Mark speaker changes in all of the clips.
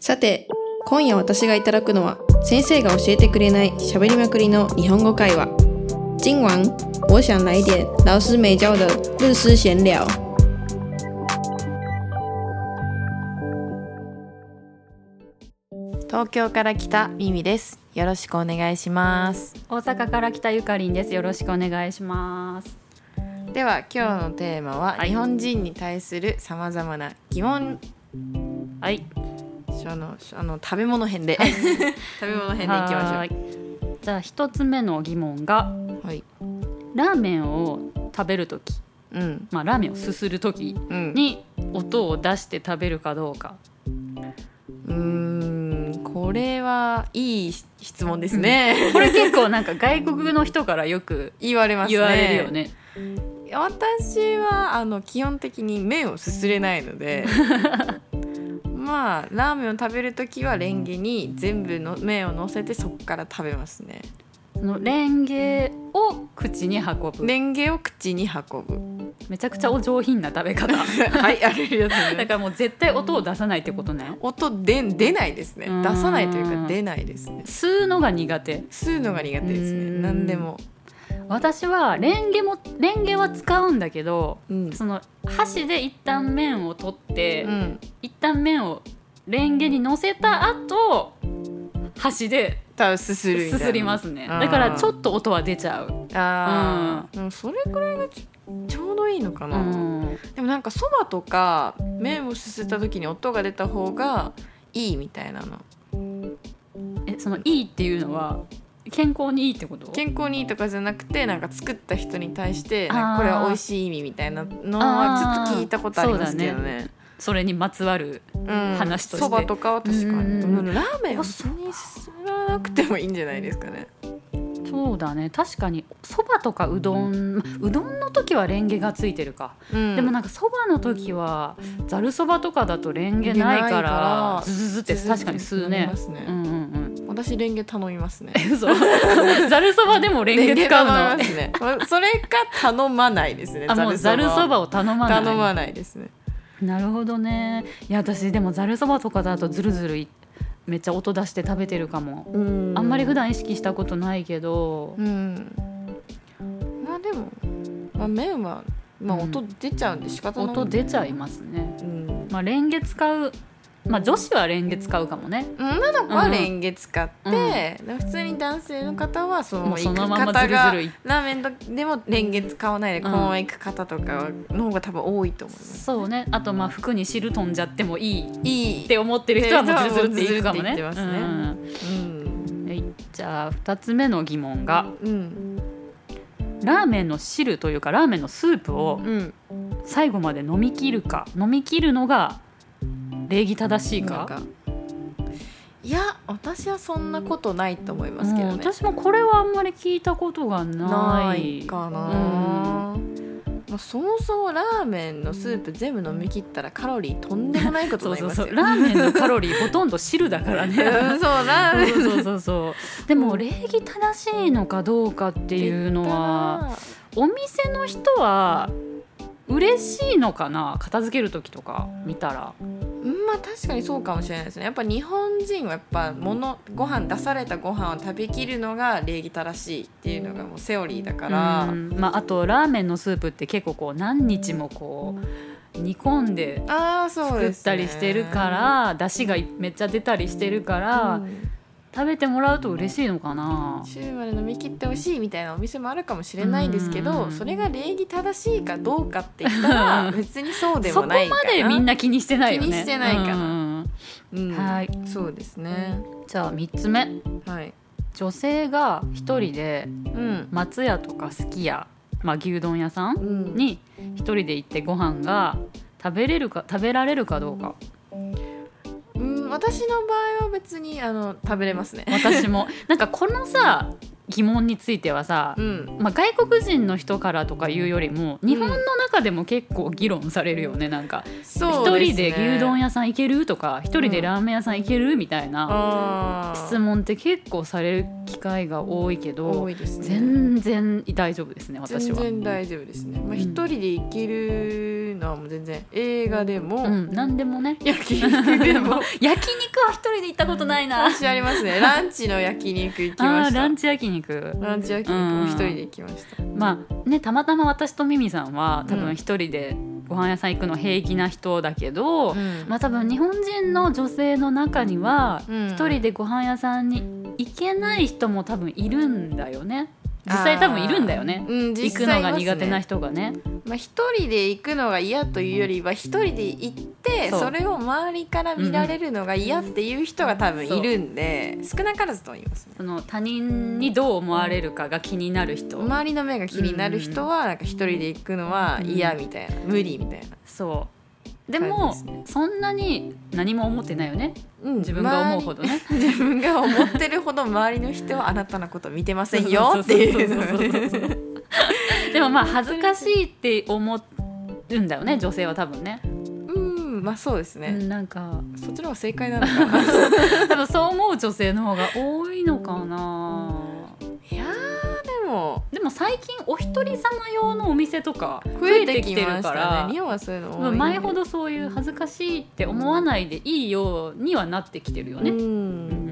Speaker 1: さて今夜私がいただくのは先生が教えてくれない喋りまくりの日本語会話今晚我想来点老师没教的日式闲聊
Speaker 2: 東京から来たミミですよろしくお願いします
Speaker 3: 大阪から来たゆかりんです。よろしくお願いします。
Speaker 2: では今日のテーマは、
Speaker 3: はい
Speaker 2: 日本人に対するさまざまな疑問
Speaker 3: はい、
Speaker 2: そのあの食べ物編で食べ物編でいきましょ
Speaker 3: ょう。じゃあ一つ目の疑問が
Speaker 2: うはい
Speaker 3: ラーメンを食べるとき、
Speaker 2: うん
Speaker 3: まあラーメンをすするとき
Speaker 2: うん
Speaker 3: に音を出して食べるかどうか。
Speaker 2: うーんこれはいい質問ですね、
Speaker 3: これ結構なんか外国の人からよく
Speaker 2: 言われますね
Speaker 3: 言われるよね。
Speaker 2: 私はあの基本的に麺をすすれないの でまあラーメンを食べる時はレンゲに全部の麺を乗せてそこから食べますね
Speaker 3: そのレンゲを口に運ぶ。
Speaker 2: レンゲを口に運
Speaker 3: めちゃくちゃお上品な食べ方。
Speaker 2: ぶ はいあれるやつ
Speaker 3: だ
Speaker 2: ね
Speaker 3: からもう絶対音を出さないってことね。
Speaker 2: 音で出ないですね
Speaker 3: うん
Speaker 2: 出さないというか出ないですね
Speaker 3: 吸うのが苦手。
Speaker 2: 吸うのが苦手です
Speaker 3: う
Speaker 2: ね
Speaker 3: ん
Speaker 2: 何でも
Speaker 3: 私はレンゲもレンゲは使うんだけど。
Speaker 2: うん、
Speaker 3: その箸で一旦麺を取って、
Speaker 2: うん、
Speaker 3: 一旦麺をレンゲに乗せた後箸で
Speaker 2: 多分すするみたい
Speaker 3: す
Speaker 2: な
Speaker 3: すりますね
Speaker 2: あー
Speaker 3: だからちょっと音は出ちゃう、
Speaker 2: あー、でもそれくらいがちょちょうどいいのか
Speaker 3: う
Speaker 2: な、
Speaker 3: ん、
Speaker 2: でもなんかそばとか麺をすすった時に音が出た方がいいみたいなの
Speaker 3: えそのいいっていうのは健康にいいってこと
Speaker 2: 健康にいいとかじゃなくてなんか作った人に対して
Speaker 3: あー
Speaker 2: なんかこれは美味しい意味みたいなのはちょっと聞いたことありますけどね
Speaker 3: それにまつわる
Speaker 2: うん
Speaker 3: 話として
Speaker 2: そばとかは確か
Speaker 3: う
Speaker 2: に
Speaker 3: ん
Speaker 2: でもラーメンは
Speaker 3: あ
Speaker 2: そんにすすらなくてもいいんじゃないですかね
Speaker 3: そうだね確かにそばとかうどんまうどんの時はレンゲがついてるか、
Speaker 2: うん
Speaker 3: でもなんかそばの時はざるそばとかだとレンゲない
Speaker 2: レンゲない
Speaker 3: から
Speaker 2: から
Speaker 3: ズズズって確かに吸う
Speaker 2: 飲み
Speaker 3: ね
Speaker 2: ますね
Speaker 3: うんうんうん
Speaker 2: 私レンゲ頼みますね
Speaker 3: え嘘 ざるそばでもレ
Speaker 2: レ
Speaker 3: ンゲ使う
Speaker 2: ン
Speaker 3: の
Speaker 2: ゲ頼みますねそれか頼まないですね
Speaker 3: あもうざるそば
Speaker 2: を
Speaker 3: を頼まない
Speaker 2: 頼まないですね
Speaker 3: なるほどねいや私でもざるそばとかだとずるずるいめっちゃ音出して食べてるかもあんまり普段意識したことないけど
Speaker 2: うんまあでも、まあ、麺は、まあ、
Speaker 3: うん
Speaker 2: 音出ちゃうんで仕方ない、
Speaker 3: 音出ちゃいますね
Speaker 2: うん、
Speaker 3: まあレンゲ使うまあ女子はレンゲ使うかもね
Speaker 2: 女の子はレンゲ使って、
Speaker 3: うん
Speaker 2: でも普通に男性の方はその
Speaker 3: もう
Speaker 2: 行
Speaker 3: そ
Speaker 2: く
Speaker 3: のまま
Speaker 2: 方
Speaker 3: ずる
Speaker 2: が
Speaker 3: ずるい
Speaker 2: ラーメンとでもレンゲ使わないでこのまま行く方とかの方が多分多いと思います、
Speaker 3: そうねあとまあ服に汁飛んじゃってもいいっ
Speaker 2: いい
Speaker 3: て思ってる人はもうずるずるっ
Speaker 2: ずるず
Speaker 3: て
Speaker 2: る
Speaker 3: い
Speaker 2: って
Speaker 3: くか
Speaker 2: 言
Speaker 3: もね
Speaker 2: ってますねうん
Speaker 3: うんはいじゃあ2つ目の疑問が
Speaker 2: うん
Speaker 3: ラーメンの汁というかラーメンのスープを
Speaker 2: うん
Speaker 3: 最後まで飲み切るか飲み切るのが礼儀正しい
Speaker 2: な
Speaker 3: か
Speaker 2: んかいや私はそんなことないと思いますけ
Speaker 3: う
Speaker 2: ど
Speaker 3: ん
Speaker 2: ね
Speaker 3: 私もこれはあんまり聞いたことがな
Speaker 2: ないいかな、まあ、そもそもラーメンのスープ全部飲み切ったらカロリーとんでもないこと
Speaker 3: そ
Speaker 2: に
Speaker 3: う
Speaker 2: なりま
Speaker 3: そう
Speaker 2: す
Speaker 3: そ
Speaker 2: よ
Speaker 3: うラーメンのカロリーほとんど汁だから
Speaker 2: うん
Speaker 3: ね
Speaker 2: そうラーメン
Speaker 3: そうそうそうそうでも礼儀正しいのかどうかっていうのはお店の人は嬉しいのかな片付ける時とか見たら
Speaker 2: うんまあ確かにそうかもしれないですねやっぱ日本人はやっぱものご飯出されたご飯を食べきるのが礼儀正しいっていうのがもうセオリーだから、
Speaker 3: うんまあ、あとラーメンのスープって結構こう何日もこう煮込んで
Speaker 2: ああそう
Speaker 3: 作っ
Speaker 2: です、ね、
Speaker 3: たりしてるから、出汁がめっちゃ出たりしてるから、
Speaker 2: うん
Speaker 3: 食べてもらうと嬉しいのかな、
Speaker 2: 週まで飲み切ってほしいみたいなお店もあるかもしれないんですけど、
Speaker 3: うん
Speaker 2: それが礼儀正しいかどうかって言った ら別にそうで
Speaker 3: そ
Speaker 2: も
Speaker 3: こま
Speaker 2: ないかな
Speaker 3: でみんな気にしてないよね
Speaker 2: 気にしてないかな
Speaker 3: うん
Speaker 2: うん、
Speaker 3: はい
Speaker 2: そうですね。
Speaker 3: じゃあ3つ目
Speaker 2: はい。
Speaker 3: 女性が一人で
Speaker 2: うん。
Speaker 3: 松屋とかすき家、まあ、牛丼屋さん
Speaker 2: うん
Speaker 3: に一人で行ってご飯が食べれるか食べられるかどうか
Speaker 2: うん、私の場合は別にあの食べれますね。
Speaker 3: 私もなんかこのさ疑問についてはさ、
Speaker 2: うん
Speaker 3: まあ、外国人の人からとかいうよりも日本の中でも結構議論されるよねなんか一、
Speaker 2: そう
Speaker 3: 人で牛丼
Speaker 2: や
Speaker 3: 屋さん行けるとか一人でラーメン屋さん行けるみたいな
Speaker 2: あー
Speaker 3: 質問って結構される機会が多いけど
Speaker 2: 多いですね
Speaker 3: 全然大丈夫ですね私
Speaker 2: 全
Speaker 3: は。
Speaker 2: 然大丈夫ですねまあ
Speaker 3: うん
Speaker 2: 一人で行けるのはもう全然映画でも、
Speaker 3: うん、何でもね
Speaker 2: 焼 き肉でも
Speaker 3: 焼肉は一人で行ったことないな。 あ
Speaker 2: 私ありますねランチの焼肉行きま
Speaker 3: あ
Speaker 2: し
Speaker 3: ー
Speaker 2: た
Speaker 3: ランチ焼肉
Speaker 2: ランチ焼き肉も一人で行きました、
Speaker 3: まあねたまたま私とミミさんは多
Speaker 2: う
Speaker 3: 分
Speaker 2: ん
Speaker 3: 一人でご飯屋さん行くの平気な人だけど、
Speaker 2: うん
Speaker 3: まあ多分日本人の女性の中には
Speaker 2: うん
Speaker 3: 一人でご飯屋さんに行けない人も多分いるんだよね実際多分いるんだよね
Speaker 2: うん、
Speaker 3: 行
Speaker 2: 実
Speaker 3: く
Speaker 2: 際
Speaker 3: の
Speaker 2: い
Speaker 3: が
Speaker 2: ますね
Speaker 3: 苦手な人がね
Speaker 2: まあ、一人で行くのが嫌というよりは一人で行って
Speaker 3: そう
Speaker 2: それを周りから見られるのが嫌っていう人が多分いるんで、少なからずと言いますね
Speaker 3: その他人にどう思われるかが気になる人、
Speaker 2: 周りの目が気になる人はなんか一人で行くのは嫌みたいな、無理みたいな、
Speaker 3: そうでも
Speaker 2: そうですね
Speaker 3: そんなに何も思ってないよね
Speaker 2: うん、
Speaker 3: 自分が思うほど ね。
Speaker 2: 周り自分が思ってるほど周りの人はあなたのこと見てませんよっていうの
Speaker 3: そうそうそうそ
Speaker 2: ね
Speaker 3: うそう でもまあ恥ずかしいって思うんだよね女性は多分ね
Speaker 2: うんまあそうです
Speaker 3: う
Speaker 2: ね、
Speaker 3: んなんか
Speaker 2: そっちの方が正解なのか な
Speaker 3: 多分そう思う女性の方が多いのかない
Speaker 2: やーでも
Speaker 3: でも最近お一人様用のお店とか
Speaker 2: 増
Speaker 3: 増
Speaker 2: え
Speaker 3: え
Speaker 2: て
Speaker 3: て
Speaker 2: き
Speaker 3: き
Speaker 2: て
Speaker 3: て
Speaker 2: る
Speaker 3: る
Speaker 2: か
Speaker 3: からら
Speaker 2: 日本はそういうの多いね
Speaker 3: 前ほどそういう恥ずかしいって思わないでいいようにはなってきてるよ
Speaker 2: う
Speaker 3: ね。うんん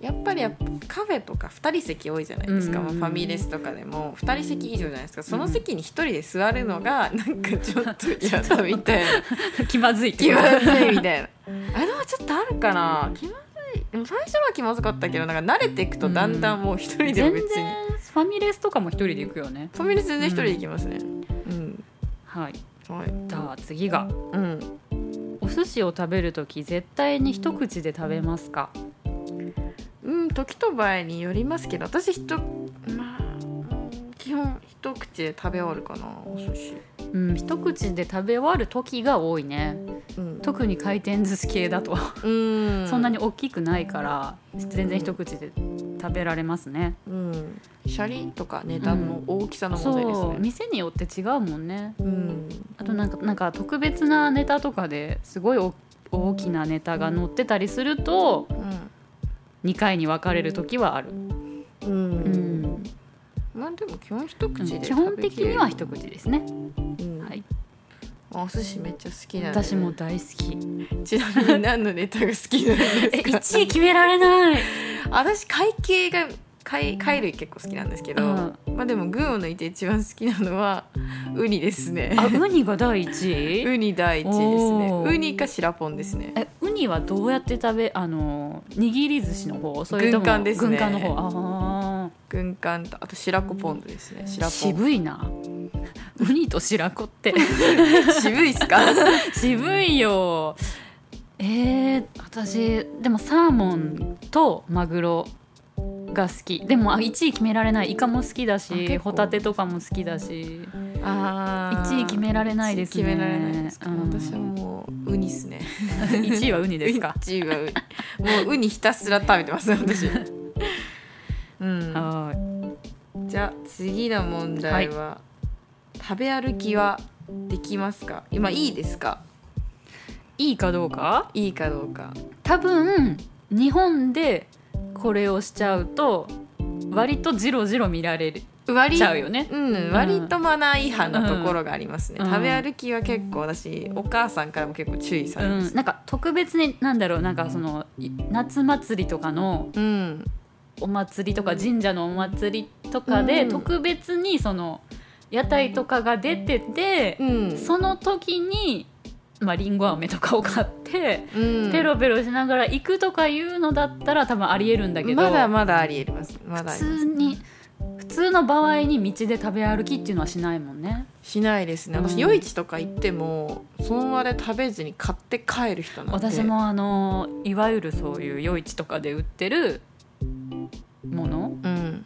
Speaker 2: やっぱりやっぱカフェとか2人席多いじゃないですか、
Speaker 3: うん
Speaker 2: まあファミレスとかでも2人席以上じゃないですかその席に1人で座るのがなんかちょっと嫌だみたいな
Speaker 3: 気まずいって
Speaker 2: 気
Speaker 3: こと
Speaker 2: まずいみたいな あれはちょっとあるかな気まずいでも最初のは気まずかったけどなんか慣れていくとだんだんもう1人でも
Speaker 3: 全
Speaker 2: 別に、
Speaker 3: 然ファミレスとかも一人で行くよね。
Speaker 2: ファミレス全然1人で行きますねうん、
Speaker 3: はい、
Speaker 2: はい
Speaker 3: じゃあ次が
Speaker 2: うん、
Speaker 3: お寿司を食べるとき絶対に一口で食べますか
Speaker 2: うん、時と場合によりますけど私ひとまあうん基本一口で食べ終わるかなお寿司、
Speaker 3: うん、一口で食べ終わる時が多いね
Speaker 2: うん、
Speaker 3: 特に回転寿司系だと、
Speaker 2: うん
Speaker 3: そんなに大きくないから全然一口で食べられますね、
Speaker 2: うん、シャリとか値段の大きさの問題です
Speaker 3: そう
Speaker 2: ね。
Speaker 3: 店によって違うもんね
Speaker 2: うん、
Speaker 3: あとなんかなんか特別なネタとかですごい大大きなネタが載ってたりすると2回に分かれる時はある、
Speaker 2: うん、う、
Speaker 3: うんん、
Speaker 2: まあでも基本一口で、
Speaker 3: 基本的には、一口ですね、
Speaker 2: うん
Speaker 3: はい、
Speaker 2: お寿司めっちゃ好きなんで、
Speaker 3: 私も。大好き
Speaker 2: ちなみに何のネタが好きなん
Speaker 3: え
Speaker 2: ですか。
Speaker 3: 1位決められない
Speaker 2: 私貝系が貝貝類結構好きなんですけど、まあでも群を抜いて一番好きなのはウニですね。
Speaker 3: あウニが第一位
Speaker 2: ウニ第一位ですね。
Speaker 3: おー
Speaker 2: ウニか白ポンですね。
Speaker 3: えウニはどうやって食べあの握り寿司の方それとも
Speaker 2: 軍艦ですね
Speaker 3: 軍艦の方あ
Speaker 2: 軍艦とあと白子ポン酢ですね。
Speaker 3: あ
Speaker 2: 白子
Speaker 3: 渋いな ウニと白子って
Speaker 2: 渋いっすか。
Speaker 3: 渋いよえー、私でもサーモンとマグロが好きでもあ1位決められないイカも好きだ
Speaker 2: あ
Speaker 3: し
Speaker 2: 結構
Speaker 3: ホタテとかも好きだ し
Speaker 2: あー
Speaker 3: 1位決められないですね
Speaker 2: 決められないですか、
Speaker 3: うん
Speaker 2: 私はもうウニっすね
Speaker 3: 1位はウニですか
Speaker 2: 1位はウニもうウニひたすら食べてます 私うん
Speaker 3: は
Speaker 2: じゃあ次の問題は、食べ歩きはできますか今いいですか
Speaker 3: いいいかどうか
Speaker 2: いいかどうか
Speaker 3: 多分日本でこれをしちゃうと割とジロジロ見られる
Speaker 2: 割
Speaker 3: ちゃうよね
Speaker 2: うん、割とマナー違反なところがありますね、
Speaker 3: うん
Speaker 2: 食べ歩きは結構私お母さんからも結構注意さ
Speaker 3: う
Speaker 2: れま
Speaker 3: ん、
Speaker 2: す、
Speaker 3: なんか特別になんだろうなんかそのい夏祭りとかの
Speaker 2: うん、
Speaker 3: お祭りとか神社のお祭りとかで
Speaker 2: うん
Speaker 3: 特別にその屋台とかが出てて
Speaker 2: う、ん
Speaker 3: その時に、まあ、りんご飴とかを買って
Speaker 2: うん
Speaker 3: ペロペロしながら行くとかいうのだったら多分ありえるんだけど、
Speaker 2: まだまだありえますまだあ
Speaker 3: 普
Speaker 2: ります
Speaker 3: 通に普通の場合に道で食べ歩きっていうのはしないもんね。
Speaker 2: しないですね
Speaker 3: うん
Speaker 2: 私夜市とか行ってもその場で食べずに買って帰る人なんで
Speaker 3: 私もあのいわゆるそういう夜市とかで売ってるもの
Speaker 2: うん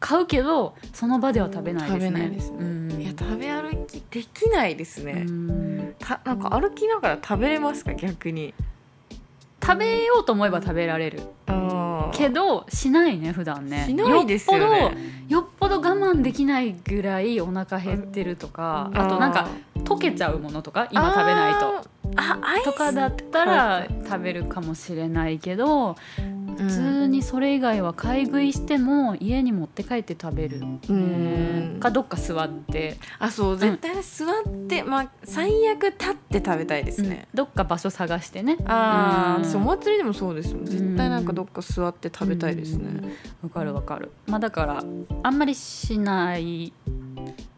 Speaker 3: 買うけどその場では食べないですね
Speaker 2: 食べないですね
Speaker 3: うん
Speaker 2: いや食べ歩きできないですね、
Speaker 3: うん
Speaker 2: たなんか歩きながら食べれますか逆に
Speaker 3: 食べようと思えば食べられる
Speaker 2: あ
Speaker 3: けどしないね普段ね
Speaker 2: しないですよ
Speaker 3: よっ
Speaker 2: ね
Speaker 3: ぽどよっぽど我慢できないぐらいお腹減ってるとか、
Speaker 2: うん
Speaker 3: あとなんか溶けちゃうものとか今食べないと
Speaker 2: あーあアイス
Speaker 3: とかだったら食べるかもしれないけど、普通にそれ以外は買い食いしても家に持って帰って食べる、
Speaker 2: うん
Speaker 3: かどっか座って、
Speaker 2: あそう絶対座って、まあ最悪立って食べたいですね、
Speaker 3: どっか場所探してね
Speaker 2: ああ、
Speaker 3: うん
Speaker 2: そうお祭りでもそうですもん絶対なんかどっか座って食べたいですね、
Speaker 3: わかるわかるまあだからあんまりしない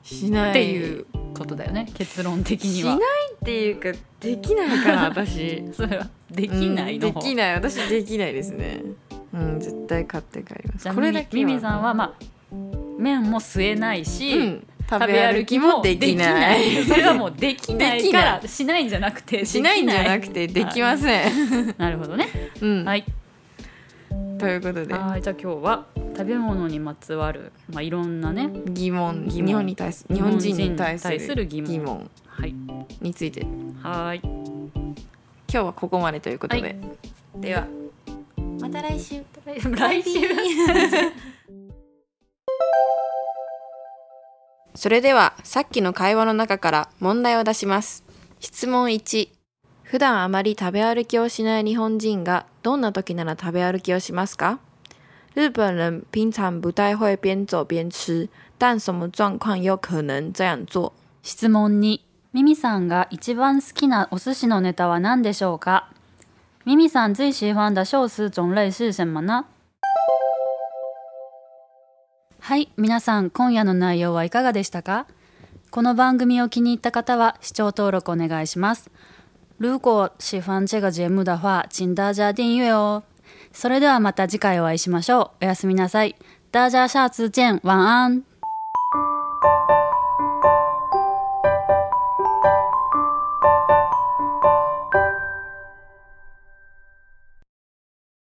Speaker 2: しない
Speaker 3: っていうことだよね結論的に
Speaker 2: し
Speaker 3: は
Speaker 2: ないっていうかできないから私
Speaker 3: それはできないの
Speaker 2: うん
Speaker 3: 方、
Speaker 2: できない私できないですねうん絶対買って帰りま
Speaker 3: じ
Speaker 2: す
Speaker 3: ゃあ
Speaker 2: これだけ
Speaker 3: ミミミさんはまあ麺も吸えないし、
Speaker 2: うん、食べ歩きもできない
Speaker 3: できな いそれはもうできな
Speaker 2: で
Speaker 3: い
Speaker 2: き
Speaker 3: か
Speaker 2: ない
Speaker 3: らしないんじゃなくて
Speaker 2: しないんじゃなくてできません、
Speaker 3: で きないなるほどね
Speaker 2: うん
Speaker 3: はい
Speaker 2: ということで
Speaker 3: はいじゃあ今日は食べ物にまつわるまあいろんなね
Speaker 2: 疑問
Speaker 3: 疑問
Speaker 2: 日本に対す
Speaker 3: 日
Speaker 2: 日
Speaker 3: 本
Speaker 2: 本
Speaker 3: 人
Speaker 2: 人
Speaker 3: に
Speaker 2: に
Speaker 3: 対
Speaker 2: 対
Speaker 3: す
Speaker 2: す
Speaker 3: る
Speaker 2: る
Speaker 3: 疑問
Speaker 2: 疑問
Speaker 3: はい
Speaker 2: について今
Speaker 3: はい
Speaker 2: 日はここまでということで、
Speaker 3: は
Speaker 2: ではまた来週
Speaker 3: 来週
Speaker 1: それではさっきの会話の中から問題を出します。質問1。普段あまり食べ歩きをしない日本人がどんな時なら食べ歩きをしますか日本人平常不太会边走边吃，但什么状况有可能这样做？
Speaker 3: 質問にミミさんが一番好きなお寿司のネタは何でしょうかミミさん最喜欢的寿司种类是什么呢はい、皆さん今夜の内容はいかがでしたかこの番組を気に入った方は視聴登録お願いします。如果喜欢这个节目的话，请大家订阅哦。それではまた次回お会いしましょう。おやすみなさい。大家下次见。晚安。